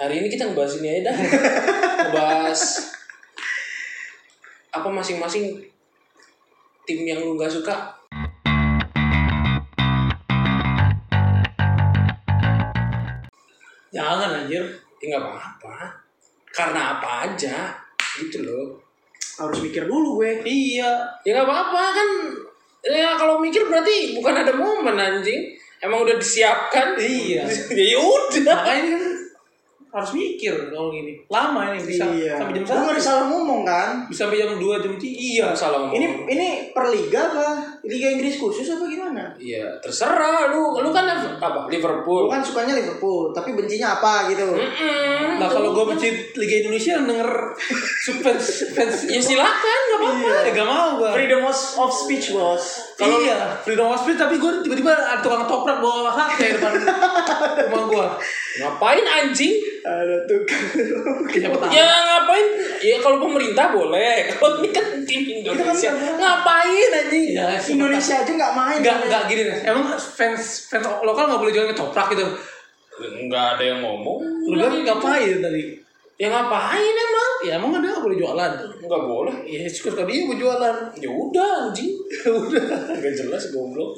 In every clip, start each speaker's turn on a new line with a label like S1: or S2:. S1: hari ini kita ngebahas ini aja dah ngebahas apa masing-masing tim yang lu nggak suka
S2: Jangan anjir.
S1: ya nggak apa-apa karena apa aja gitu loh
S3: harus mikir dulu gue
S2: Iya.
S1: ya nggak apa-apa kan ya kalau mikir berarti bukan ada momen anjing emang udah disiapkan
S2: Iya.
S1: ya udah
S2: Makanya ini kan harus mikir kalau gini. Lama ini bisa sampai jam
S3: gue nggak
S2: satu.
S3: Iya. salah ngomong kan
S2: Bisa sampai jam dua jam tiga. Iya.
S1: Nggak salah ngomong.
S3: ini ini per liga apa liga Inggris khusus apa gimana
S1: Iya, terserah lu. Lu kan Liv- apa?
S3: gue
S1: Liverpool.
S3: kan sukanya Liverpool tapi bencinya apa gitu
S1: Mm-mm.
S2: Nah kalau gue benci Liga Indonesia yang denger fans fans
S3: Iya.
S1: Ya silakan, nggak apa-apa.
S2: ya gak mau gue.
S3: freedom of speech bos
S2: Kalau
S1: Iya.
S2: iya, freedom of speech tapi gue tiba-tiba ada tukang toprak bawa hak ya depan rumah gue.
S1: Ngapain anjing?
S3: ada tuh
S2: Siapa tahu?
S1: Ya ngapain? Ya kalau pemerintah boleh. Kalau ini kan tim Indonesia.
S3: Kita kan
S1: Ngapain anjing?
S2: Iya, siapa
S3: Indonesia aja nggak main
S2: Enggak, enggak gini deh. Emang fans fans lokal nggak boleh jualan ketoprak gitu.
S1: Enggak ada yang ngomong.
S2: Lu bilang ngapain tadi?
S1: Ya ngapain emang?
S2: Ya emang ada nggak boleh jualan?
S1: Enggak boleh.
S2: Ya suka dia mau jualan.
S1: Ya udah anjing.
S2: Udah.
S1: Enggak jelas goblok.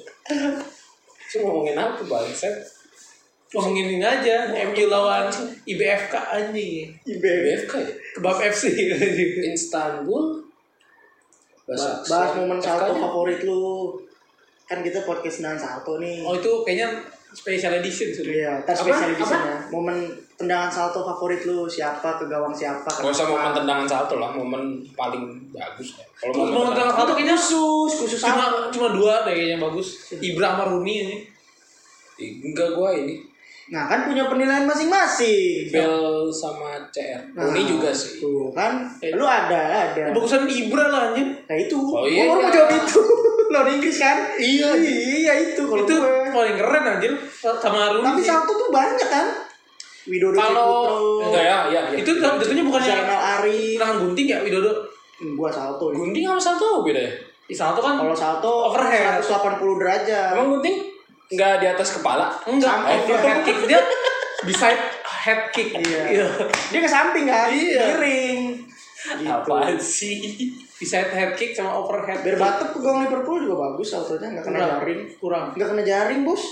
S1: Cuma ngomongin apa bangset?
S2: Ngomongin ini aja, MU lawan IBFK anjing.
S3: IBB
S1: BFK ya?
S2: Kebab FC anjing.
S1: Istanbul.
S3: bahas,
S1: Bahasa-
S3: bahas momen salto
S1: FK-nya.
S3: favorit lu kan kita podcast dengan salto nih
S2: Oh itu kayaknya special edition sudah.
S3: Iya, tar
S1: Apa?
S3: spesial di
S1: Apa?
S3: sana. Momen tendangan salto favorit lu siapa ke gawang siapa?
S1: Gak usah
S3: kenapa?
S1: momen tendangan satu lah, momen paling bagus. lah. Kalau
S2: Kalau mau
S1: momen tendangan
S2: tentang satu kayaknya
S3: Iya. khusus, Iya. khusus
S2: cuma cuma dua deh kayaknya yang bagus. Ibra sama Rooney ini.
S1: Ih, enggak gua ini.
S3: Nah kan punya penilaian masing-masing.
S1: Bel sama CR.
S3: Nah,
S1: Rooney juga sih.
S3: Tuh kan,
S2: Eh.
S3: lu ada ada.
S2: Bagusan Ibra lah anjing.
S3: Nah itu,
S1: Oh,
S3: oh,
S1: iya.
S3: mau jawab itu. Lawan Inggris kan? Iya, iya itu kalau
S2: Itu
S3: gue.
S2: paling keren anjir sama Rooney.
S3: Tapi salto tuh banyak kan? Widodo
S2: Kalau-
S1: Enggak
S3: Ciputro,
S1: ya, ya. ya.
S2: itu tentunya bukan yang
S3: Zainal Arif,
S2: tendangan gunting ya Widodo.
S3: Hmm, gua salto. ya.
S1: Gunting sama satu beda ya.
S2: Di satu kan
S3: Kalau salto
S2: Overhead.
S3: 180 derajat.
S1: Emang gunting enggak di atas kepala.
S2: enggak
S3: Sampai
S2: over head kick dia beside head kick
S3: Iya. Dia ke samping kan?
S2: Iya.
S3: Miring. Gitu.
S1: Apaan sih?
S2: beside head kick sama overhead
S3: Biar batuk ke gawang Liverpool juga bagus saltonya nggak kena
S2: kurang
S3: jaring.
S2: kurang
S3: Nggak kena jaring, Bos.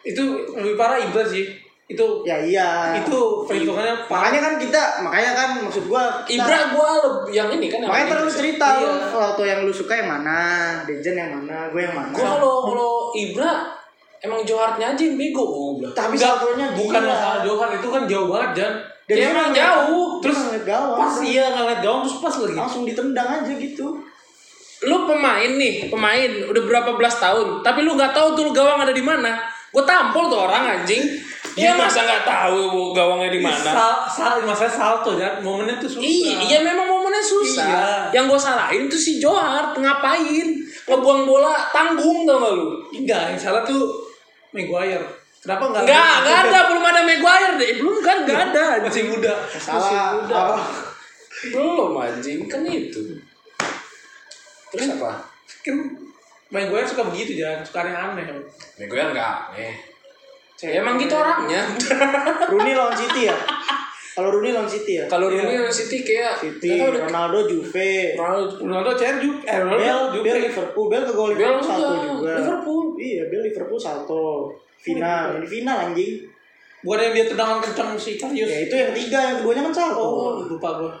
S2: itu lebih parah Ibra sih itu
S3: Ya iya.
S2: itu perhitungannya parah
S3: Makanya kan kita, makanya kan maksud gua kita-
S1: Ibra gua lebih yang ini kan. yang
S3: Makanya terus
S1: Inggris.
S3: cerita
S2: Iya.
S3: lu foto yang lu suka yang mana, Dejen yang mana, gue yang mana.
S1: Gua kalau kalau Ibra emang Johartnya aja yang bego gua bilang.
S3: Tapi
S2: Enggak,
S3: saltonya
S2: bukan
S3: gila.
S2: masalah Johar itu kan jauh banget Jan
S3: Dan
S2: dia
S3: dia
S2: emang
S3: ngeliat-
S2: jauh
S3: dia
S2: terus
S3: ngeliat gawang.
S2: pas iya ngeliat gawang terus pas lagi
S3: Langsung ditendang aja gitu.
S1: Lu pemain nih, pemain udah berapa belas tahun, tapi lu nggak tahu tuh lu gawang ada di mana. Gua tampol tuh orang anjing. Dia Ya, masa nggak tahu gawangnya di mana?
S2: Sal, sal, masalah salto Jan momennya tuh susah
S1: Iya, iya memang momennya susah.
S2: Iya.
S1: Yang gue salahin tuh si Johar ngapain? Ngebuang bola tanggung tau gak lu?
S2: enggak yang salah tuh Maguire kenapa enggak
S1: Enggak, enggak ada, belum ada Maguire deh. Belum kan enggak ada.
S2: masih muda ya
S3: Salah. Apa?
S1: Belum anjing, kan itu. Terus apa?
S2: kan main gue suka begitu jangan suka yang aneh
S1: Maguire enggak aneh. Ya, emang gitu orangnya.
S3: Rooney lawan City ya? Kalau Rooney lawan City ya?
S1: Kalau Rooney lawan Iya. City kayak
S3: City,
S1: nggak tahu deh.
S3: Ronaldo, Juve,
S1: Ronaldo
S2: Ronaldo CR juga eh
S3: Bel,
S2: Ronaldo juga
S3: Bel Liverpool, Bel ke gol
S1: Bel
S3: Liverpool salto
S1: juga,
S3: juga.
S1: Liverpool.
S3: Iya, Bel Liverpool salto. Final, ini final anjing.
S2: bukan yang dia tendangan kencang si Karius
S3: Ya itu yang tiga, yang keduanya kan salto.
S2: oh Iya. lupa gue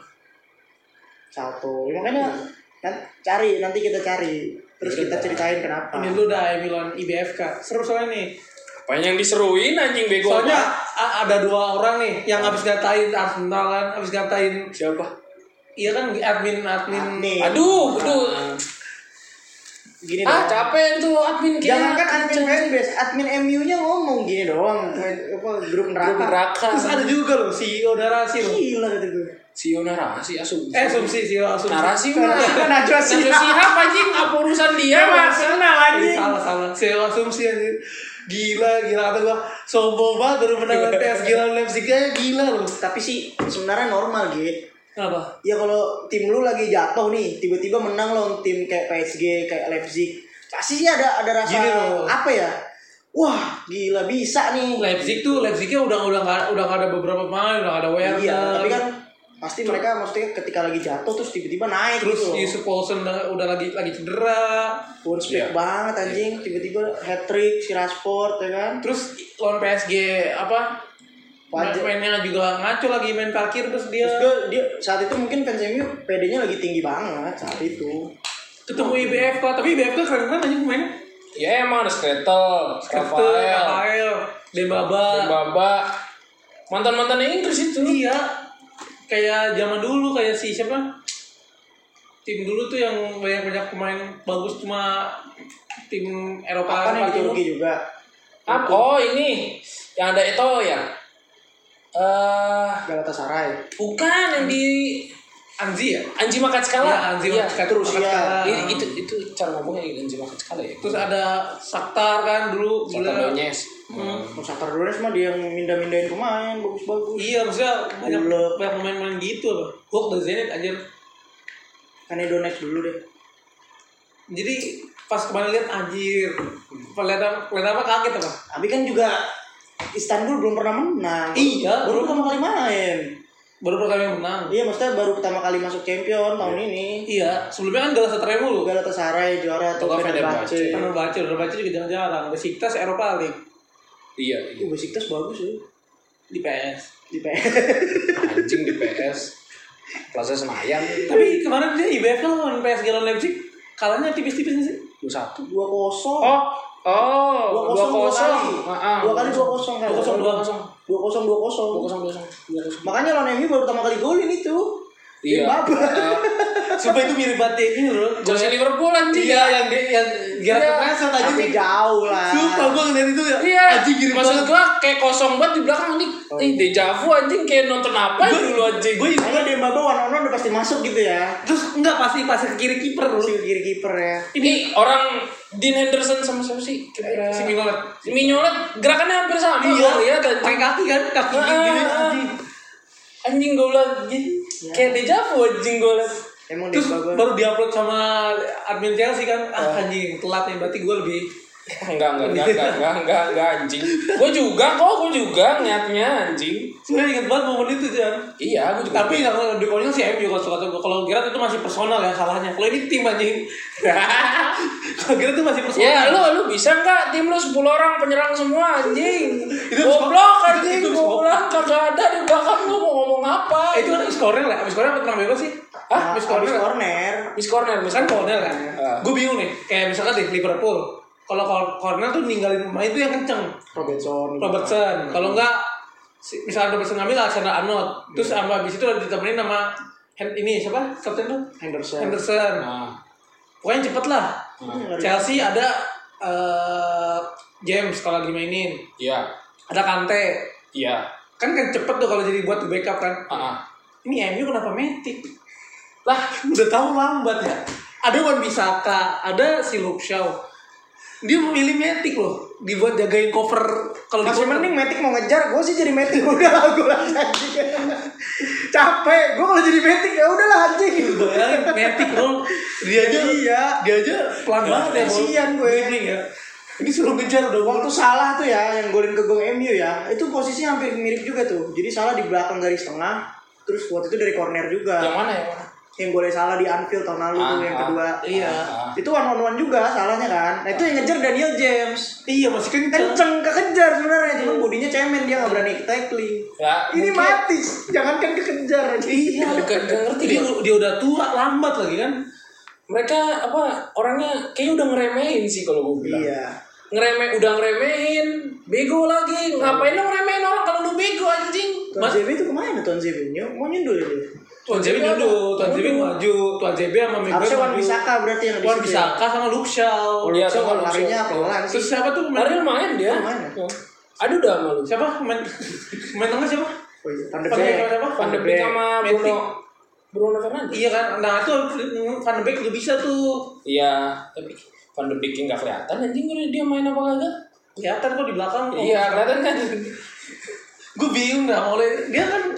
S3: Salto. Ya, makanya kan cari, nanti kita cari. Terus kita ceritain kenapa.
S2: Iya, ini dulu dah Milan IBFK seru soalnya nih
S1: apa yang diseruin anjing bego
S2: soalnya
S1: banget.
S2: a- ada dua orang nih yang habis ngatain Arsenal kan habis ngatain
S1: siapa?
S2: iya kan admin admin
S3: Nah, Nih,
S1: Aduh, aduh.
S3: gini
S1: Ah,
S3: doang.
S1: capek tuh admin kita.
S3: Jangan kan admin fanbase, admin MU-nya ngomong gini doang. Apa grup neraka. Nah,
S1: Grup neraka.
S2: terus ada juga loh si Odara Sil
S3: Gila kata gue.
S1: Si narasi asumsi.
S2: eh asumsi si asumsi
S1: narasi mah.
S3: Nah, Najwa Shihab.
S1: Najwa Shihab anjing apa urusan dia mas?
S3: Arsenal
S2: Eh, salah salah si asumsi anjir. gila gila kata gue sombong banget baru menang lawan PSG lawan Leipzig aja gila loh
S3: Tapi sih sebenarnya normal gitu.
S2: kenapa
S3: Ya kalau tim lu lagi jatuh nih, tiba-tiba menang lawan tim kayak PSG, kayak Leipzig. Pasti sih ada ada rasa
S2: Gini loh.
S3: apa ya? wah gila bisa nih
S2: Leipzig tuh Leipzignya udah udah nggak udah nggak ada beberapa pemain udah nggak ada Werner
S3: iya tapi kan pasti mereka maksudnya ketika lagi jatuh terus tiba-tiba naik
S2: terus
S3: gitu loh
S2: Yusuf Paulsen udah udah lagi lagi cedera
S3: Pun speed banget anjing tiba-tiba hat trick si Rashford ya kan
S2: terus lawan PSG apa
S3: Wajar.
S2: mainnya juga ngaco lagi main parkir terus dia
S3: terus dia, dia Iya. saat itu mungkin fans MU PD-nya lagi tinggi banget saat itu
S2: ketemu IBFK tapi IBFK keren banget anjing pemainnya
S1: Ya emang ada Skretel,
S2: Kertel,
S1: Rafael,
S2: Rafael, Dembaba
S1: Baba, mantan mantannya Inggris itu.
S2: iya kayak zaman dulu kayak si siapa tim dulu tuh yang banyak banyak pemain bagus cuma tim Eropa gitu.
S3: Kapan Kan yang di
S2: Eropa
S3: Turki
S2: timur.
S3: juga
S1: Apa? Oh ini yang ada itu ya. Eh
S3: Galatasaray
S1: bukan yang di
S2: Anzi ya
S1: Anji Makat
S2: Iya,
S1: Skala.
S2: Anzi
S1: Iya.
S2: Makat-
S3: terus,
S2: Makat
S3: iya.
S2: Skala.
S1: I- itu itu cara ngomongnya Anji Makat Skala ya.
S2: terus ada Saktar kan dulu
S1: Serta
S2: gila.
S1: Donyes. Hmm.
S3: Musa Perdones mah dia yang mindah-mindahin pemain bagus-bagus
S2: Iya maksudnya banyak
S3: Gila.
S2: banyak pemain-pemain gitu loh. Hook dan Zenit aja.
S3: kan Donex dulu deh
S2: Jadi pas kemarin lihat anjir. Pas lihat apa, lihat apa kaget apa?
S3: tapi kan juga Istanbul belum pernah menang
S2: Iya,
S3: baru
S2: belum.
S3: pertama kali main
S2: Baru pertama yang menang.
S3: iya maksudnya baru pertama kali masuk champion tahun ini
S2: Iya, sebelumnya kan Galatasaray mulu.
S3: Galatasaray juara atau
S1: Atau kan
S3: Fenerbahce
S2: Kan baca, udah baca juga jarang-jarang. Besiktas Eropa League
S1: Iya. iya.
S3: Uh, Besiktas bagus ya
S2: di PS.
S3: di PS.
S1: Anjing di PS. Plaza Senayan.
S2: Tapi kemarin dia IBF kan lawan PSG lawan Leipzig kalahnya tipis-tipis nggak sih.
S1: satu.
S3: Dua kosong.
S1: Oh, oh,
S3: dua
S1: dua
S3: kosong dua
S1: kosong.
S3: kali. Dua kali dua kosong kan.
S2: Dua kosong dua kosong.
S3: Dua kosong dua kosong.
S1: Dua kosong, dua kosong, dua kosong.
S3: Makanya lawan MU baru pertama kali golin itu.
S1: Iya.
S3: Mbappe.
S2: Sumpah itu mirip banget kayak ini loh.
S1: Chelsea Liverpool anjing.
S2: Iya yang dia yang Gerard
S1: Iya.
S2: Kepleset aja
S3: Tapi
S2: nih.
S3: jauh lah.
S2: Sumpah gua ngeliat itu ya.
S1: Iya.
S2: Anjing mirip
S1: Maksud
S2: banget. Oh, iya.
S1: gua kayak kosong banget di belakang nih. Ih, deja vu anjing kayak nonton apa ya dulu anjing.
S2: Gue
S3: Kalau dia Mbappe one on one udah pasti masuk gitu ya.
S2: terus enggak pasti pasti ke kiri kiper lu.
S3: Si kiri kiper ya.
S1: Ini orang Dean Henderson sama siapa sih? Kira-kira.
S2: Si Mignolet.
S1: Si Mignolet gerakannya hampir sama. gua lihat
S2: pakai
S1: anjing.
S2: kaki kan, kaki
S1: Ah, ah,
S2: gini
S1: ah.
S2: Iya. anjing. Iya.
S1: Anjing gue bilang gini. Kayak deja vu anjing gue bilang.
S3: Emang dia
S2: Terus
S3: Mbappe.
S2: baru diupload sama admin Chelsea kan, ah anjing telat nih, berarti gue lebih
S1: Enggak, enggak, enggak, enggak, enggak, enggak, enggak, anjing. Gue juga kok, gue juga niatnya anjing.
S2: sebenarnya inget banget momen itu kan.
S1: Iya, gue juga.
S2: Tapi yang di konyol sih MU kalau kata gua. kalau Gerard itu masih personal ya salahnya. Kalau ini tim anjing. kalau Gerard itu masih personal.
S1: Ya lu lu bisa nggak tim lu 10 orang penyerang semua anjing.
S2: Itu
S1: Goblok
S2: bisa-
S1: anjing,
S2: itu bisa-
S1: gua bilang kagak ada di belakang lu mau ngomong apa?
S2: Eh, itu kan abis corner lah, abis corner apa tenang bebas sih?
S1: Hah?
S3: Habis
S2: Abis corner kan?
S3: corner.
S1: Miss corner, miss
S2: Kan
S1: corner.
S2: corner kan?
S1: Ah.
S2: Gue bingung nih, kayak misalkan di Liverpool. Kalau cor- corner tuh ninggalin pemain itu yang kenceng.
S3: Robertson.
S2: Robertson. Kalau enggak si- misalnya Robertson ngambil Alexander Arnold. Terus
S3: Iya.
S2: sama habis itu udah ditemenin sama Hen- ini siapa? Kapten tuh?
S3: Henderson.
S2: Henderson.
S1: Nah,
S2: Pokoknya cepet lah.
S3: Hmm,
S2: Chelsea ada eh, James kalau lagi mainin.
S1: iya,
S2: Ada Kante.
S1: iya.
S2: Kan kan cepet tuh kalau jadi buat backup kan.
S1: Ah, ah.
S2: Ini MU kenapa metik? Lah, udah tahu lambat ya. Ada Wan Bisaka, ada si Luke Shaw. Dia memilih metik loh, dibuat jagain cover kalau di
S3: Masih
S2: cover.
S3: mending Matic mau ngejar, gue sih jadi Matic udah lah gue anjing. Capek, gue kalau jadi Matic ya udah lah anjing.
S2: bayangin Ya, metik dong dia aja
S3: Iya.
S2: dia aja pelan banget ya
S3: Kasian gue.
S2: dribbling ya ini suruh ngejar udah waktu
S3: Waktu salah tuh ya yang golin ke gong MU ya. Itu posisinya hampir mirip juga tuh. Jadi salah di belakang garis tengah. Terus waktu itu dari
S1: Yang
S3: corner
S1: mana
S3: juga.
S1: ya? yang mana?
S3: Yang boleh salah di Anfield tahun lalu tuh
S1: Ah,
S3: yang
S1: ah,
S3: kedua.
S2: iya
S1: Ah,
S3: Itu one on one juga salahnya kan. Nah itu yang ngejar Daniel James.
S2: iya masih kenceng
S3: Kenceng kekejar sebenarnya, cuman bodinya cemen dia nggak berani tackling.
S1: Ya,
S3: Ini
S1: mungkin-
S3: mati, jangankan kekejar aja.
S2: iya
S1: Gak ngerti
S2: dia,
S1: dia.
S2: dia udah tua lambat lagi kan
S1: Mereka apa orangnya kayaknya udah ngeremehin sih kalau gue bilang.
S3: Iya.
S1: Ngereme, udah ngeremehin, bego lagi. Ngapain lu ngeremehin orang kalau lu bego anjing?
S3: Tuan
S2: Mas-
S3: JB itu kemana Tuan JB? Nyu- Mau nyundul ya dia?
S2: Tuan JB dulu, Tuan JB maju, Tuan JB sama Miguel
S3: Iya, Harusnya Wan
S2: maju.
S3: Bisaka berarti yang
S2: Wan
S3: di situ ya?
S2: Bisaka sama Luke Shaw.
S1: Iya,
S3: Harusnya
S1: sama
S3: kalau larinya pelan sih.
S2: Terus siapa tuh pemain?
S1: Ariel main dia.
S3: Main ya?
S1: Aduh udah malu.
S2: Siapa pemain? Pemain tengah siapa?
S3: Oh iya, Van de
S2: Van de Beek
S3: Beek.
S2: sama siapa?
S1: Van de Beek sama
S2: Matic.
S1: Bruno Bruno Fernandes.
S2: Iya kan, nah itu Van de Beek juga bisa tuh
S1: Iya, tapi Van de Beek nggak kelihatan anjing udah dia main apa kagak?
S2: kelihatan kok di belakang. kok.
S1: Iya, kelihatan kan.
S2: gue bingung dah oleh dia kan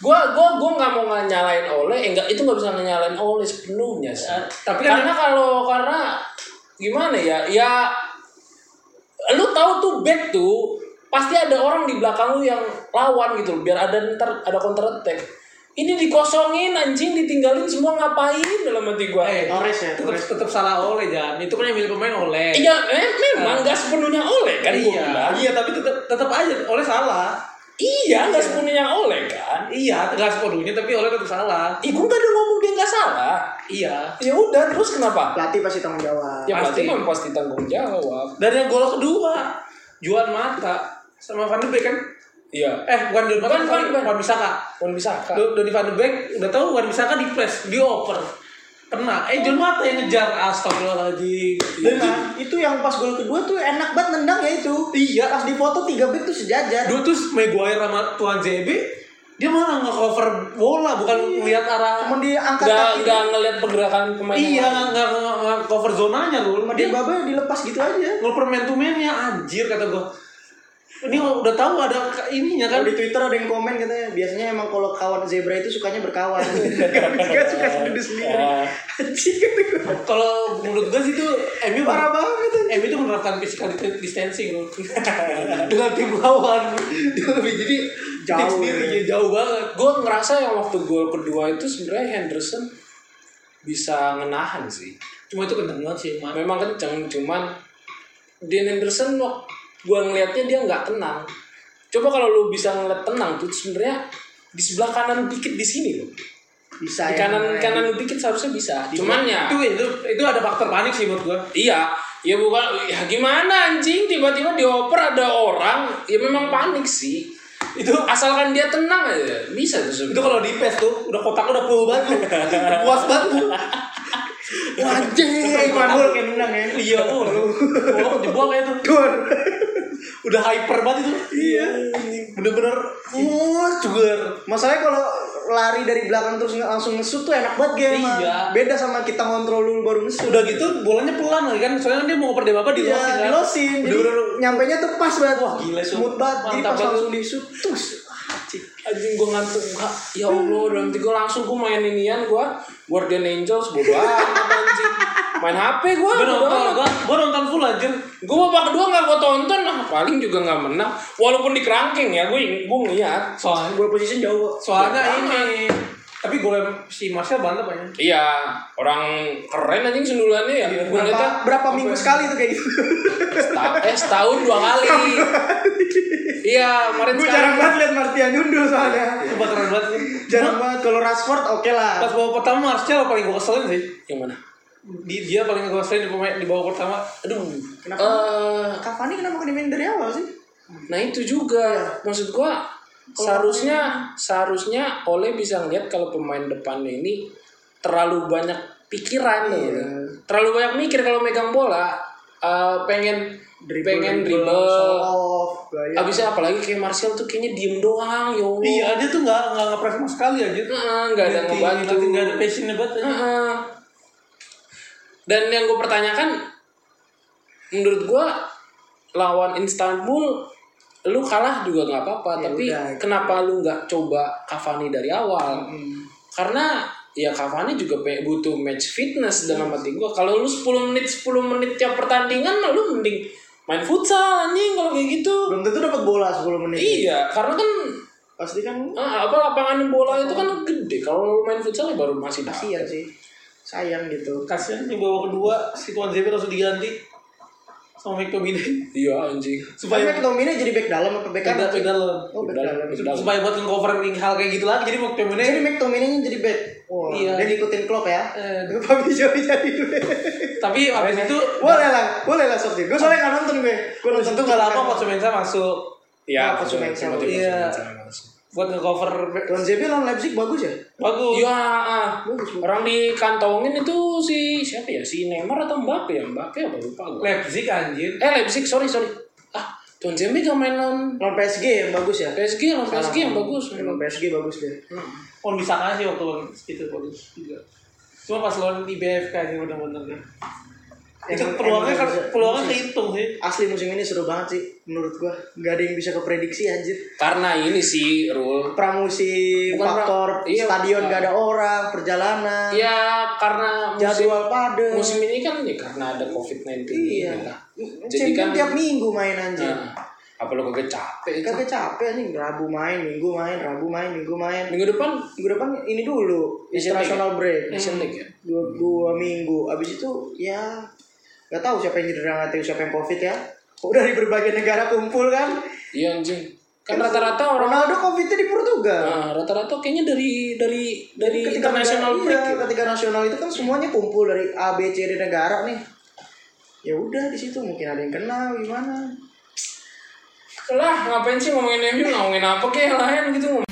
S1: gua gua gua nggak mau nyalain Ole, eh, enggak itu nggak bisa nyalain Ole sepenuhnya sih.
S2: eh, tapi kan
S1: karena kalau karena gimana ya? Ya lu tahu tuh back tuh pasti ada orang di belakang lu yang lawan gitu loh, biar ada ntar ada counter attack ini dikosongin anjing ditinggalin semua ngapain dalam hati gua eh,
S2: Eh,
S3: Torres ya,
S2: tetap
S3: Torres.
S2: tetap salah oleh jangan. Itu kan yang milih pemain oleh.
S1: ya eh, memang nggak sepenuhnya oleh kan gua bilang
S2: iya, tapi tetap tetap aja oleh salah.
S1: iya nggak sepenuhnya oleh kan
S2: Iya, nggak sepenuhnya tapi oleh tetap salah.
S1: Ih, gua nggak ada ngomong dia nggak salah
S2: Iya.
S1: ya udah terus kenapa
S3: Pelatih pasti tanggung jawab.
S1: ya pasti
S2: Pasti.
S1: memang pasti tanggung jawab
S2: Dan yang gol kedua, Juan Mata sama Van de Beek kan?
S1: iya
S2: Eh, bukan Juan Mata,
S1: Van-
S2: sorry,
S1: Van- Van.
S2: Wan Bisaka.
S1: pun bisa kan
S2: Do- Doni Van de Beek udah tahu Wan Bisaka di press, di oper. Kena. Eh, Juan Mata yang ngejar astagfirullahaladzim.
S3: Dan Nah, itu yang pas gol kedua tuh enak banget nendang ya itu. Iya. Pas dipoto tiga back tuh sejajar.
S2: Dulu tuh Maguire sama Tuan JB dia malah nge-cover bola bukan melihat arah
S3: Cuman diangkat
S1: nggak
S3: kaki.
S1: nggak ngeliat pergerakan pemain
S2: iya nggak nggak- nggak cover zonanya lu
S3: Sama dia
S2: dia
S3: babanya dilepas gitu aja.
S2: ngoper man to man-nya, anjir kata gua ini udah tahu ada ke- ininya kan
S3: Kalau Oh, di Twitter ada yang komen katanya biasanya emang kalau kawan zebra itu sukanya berkawan. Gak suka sendiri sendiri.
S1: Ya.
S3: Anjing kata gue.
S2: kalau menurut gua sih tuh MU
S3: Parah
S2: parah
S3: banget. anjing.
S2: MU tuh menerapkan physical dist- distancing loh dengan tim lawan dia lebih jadi tim
S3: Jauh,
S2: sendiri, ya,
S3: ya.
S2: jauh banget
S1: gue ngerasa yang waktu gol kedua itu sebenarnya Henderson bisa ngenahan sih
S2: cuma itu kenceng banget sih man.
S1: memang kenceng cuman Dean Henderson waktu gue ngelihatnya dia nggak tenang coba kalau lu bisa ngeliat tenang tuh sebenarnya di sebelah kanan dikit di sini loh di
S3: Bisa ya,
S1: kanan
S3: namanya.
S1: kanan lu dikit seharusnya bisa cuman ya
S2: itu itu itu ada faktor panik sih menurut gua
S1: iya ya bukan ya gimana anjing tiba-tiba dioper ada orang ya memang panik sih itu asalkan dia tenang aja bisa tuh
S2: itu
S1: sebenarnya.
S2: kalau di pes tuh udah kotak udah full banget lu. puas banget lu
S3: Wah, Anjing, Manul kayak nendang ya.
S2: iya lu lu Gua jebol kayak tuh
S3: Gol.
S2: udah hyper banget itu iya bener-bener
S3: Mut.
S2: sugar
S3: Masalahnya kalau lari dari belakang terus nge- langsung ngesut tuh enak banget game.
S2: Iya.
S3: Beda sama kita ngontrol dulu baru ngesut.
S2: udah gitu bolanya pelan lagi kan soalnya kan dia mau ngoper dia bapak di
S3: Iya,
S2: losing kan
S3: dilosin. Jadi
S2: Bener-bener
S3: nyampe nya tuh pas banget. Wah,
S2: gila, Su.
S3: Smooth banget. Jadi
S2: Mantap
S3: pas
S2: banget.
S3: langsung disut, tus. Ah, cik.
S1: anjing gue ngantuk gak ya allah dalam tiga langsung gue main inian gue Guardian Angels bodo amat anjing main HP gue
S2: gua nonton gua, gua nonton full anjir
S1: gue babak kedua gak gue tonton nah paling juga gak menang walaupun di kerangkeng ya gue gue ngeliat
S2: soalnya
S3: Gua position jauh. kok.
S2: soalnya ini tapi gua si Marcel bantep aja
S1: iya orang keren anjing sundulannya ya
S2: Iya,
S1: gue
S3: Berapa,
S1: ngeliatnya
S3: berapa minggu sekali tuh kayak gitu.
S1: seta- eh setahun dua kali iya kemarin
S3: Gue
S1: sekarang
S3: jarang banget liat Martian Yundo soalnya.
S2: coba keren banget sih
S3: Jarang banget kalau Rashford oke lah.
S2: pas bawa pertama Marcel paling gua keselin sih
S1: yang mana
S2: Di- dia paling gua keselin di pemain di bawah pertama
S1: aduh
S3: Kenapa?
S1: eh,
S3: Cavani kenapa dimainin dari awal sih?
S1: Nah itu juga maksud gua seharusnya seharusnya Ole bisa ngeliat kalau pemain depannya ini terlalu banyak pikiran
S2: Iya.
S1: gitu. Terlalu banyak mikir kalau megang bola eh, pengen pengen dribble.
S3: Off, gaya.
S1: Abisnya apalagi kayak Martial tuh kayaknya diem doang, yo.
S2: Iya, dia tuh nggak nggak ngepres sama sekali aja.
S1: Heeh, nggak ada ngebantu.
S2: Nggak ada passionnya banget. anjir.
S1: Heeh. Dan yang gue pertanyakan, menurut gue lawan Istanbul, lu kalah juga nggak apa-apa, tapi
S3: udah.
S1: kenapa lu nggak coba Cavani dari awal? Karena ya Cavani juga pe- butuh match fitness dalam hati gue. Kalau lu 10 menit 10 menit tiap pertandingan, lu mending main futsal anjing kalau kayak gitu.
S3: Belum tentu dapat bola 10 menit.
S1: Iya, karena kan
S3: Pasti kan
S1: eh, apa lapangan bola itu kan gede. Kalau lu main futsal ya baru masih dapat.
S3: kasihan sih. Sayang gitu.
S2: Kasian di bawah kedua, si Tuan Zebi langsung diganti sama McTominay
S1: Iya anjing.
S3: Supaya
S2: supaya
S3: McTominay jadi back dalam apa back
S2: beda
S3: kanan?
S2: beda loh.
S3: Oh, back
S1: Dalam,
S3: dalam.
S1: dalam.
S2: Supaya buat cover hal kayak gitu lagi, jadi McTominay
S3: Jadi McTominay-nya jadi back. Wah,
S2: Iya.
S3: dia ngikutin Klopp ya.
S2: Eh.
S3: Fabio jadi back.
S2: tapi abis itu
S3: Boleh lah, boleh lah Sob. Gue soalnya nggak nonton gue. Gue
S2: abis
S3: nonton
S2: itu
S3: tuh
S2: nggak lama konsumensa masuk
S1: Iya,
S3: Apa cuma yang sama?
S2: Iya. buat ngecover
S3: Tuan ZB lawan Leipzig bagus ya?
S2: bagus.
S1: Iya, ah. orang dikantongin itu si siapa ya? Si Neymar atau Mbappe ya? Mbappe apa lupa gue.
S2: Leipzig anjir.
S1: Eh Leipzig, sorry sorry. Ah, Tuan Zembe gak main lawan
S3: Lawan PSG yang bagus ya?
S1: PSG, lawan PSG yang bagus.
S3: Lawan PSG bagus dia.
S2: Oh bisa kan sih waktu lawan itu bagus juga. Cuma pas lawan IBFK sih bener-bener. Itu
S3: Emang-
S2: peluangnya kan-
S3: emang bisa-
S2: peluangnya kehitung sih.
S3: Asli musim ini seru banget sih menurut gua. Gak ada yang bisa keprediksi anjir.
S1: Karena ini sih Rul.
S3: Pramusim,
S1: Bukan pra-
S3: faktor
S1: iya,
S3: stadion
S1: bukan.
S3: gak ada orang, perjalanan,
S1: Ya karena musim,
S3: jadwal padat.
S1: musim ini kan ya karena ada COVID-19
S3: Iya.
S1: ini lah. Jadi
S3: Champion
S1: kan-
S3: tiap minggu main anjing.
S1: Nah, apa lo kagak capek?
S3: Kagak Kan capek anjing, Rabu main, Minggu main, Rabu main, Minggu main.
S1: Minggu depan
S3: Minggu depan ini dulu
S1: Asian League
S3: international break
S1: Asian League ya.
S3: dua, dua minggu. Abis itu ya nggak tahu siapa yang cedera nggak tahu siapa yang covid ya. Kok dari berbagai negara kumpul kan.
S1: Iya anjing. Kan rata-rata orang
S3: Ronaldo covidnya di Portugal.
S1: nah, rata-rata kayaknya dari dari dari
S3: ketika
S1: international
S3: negara-
S1: break.
S3: iya,
S1: ya.
S3: ketika nasional itu kan semuanya kumpul dari A B C D negara nih ya udah di situ mungkin ada yang kena gimana
S1: Lah, ngapain sih ngomongin MU, ngomongin apa kek lain gitu